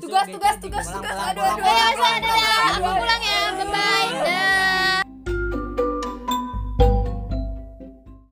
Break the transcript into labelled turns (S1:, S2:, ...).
S1: Tugas, tugas, tugas, tugas. Aduh, aduh, aduh.
S2: Ayo, ayo, ayo,
S1: ya,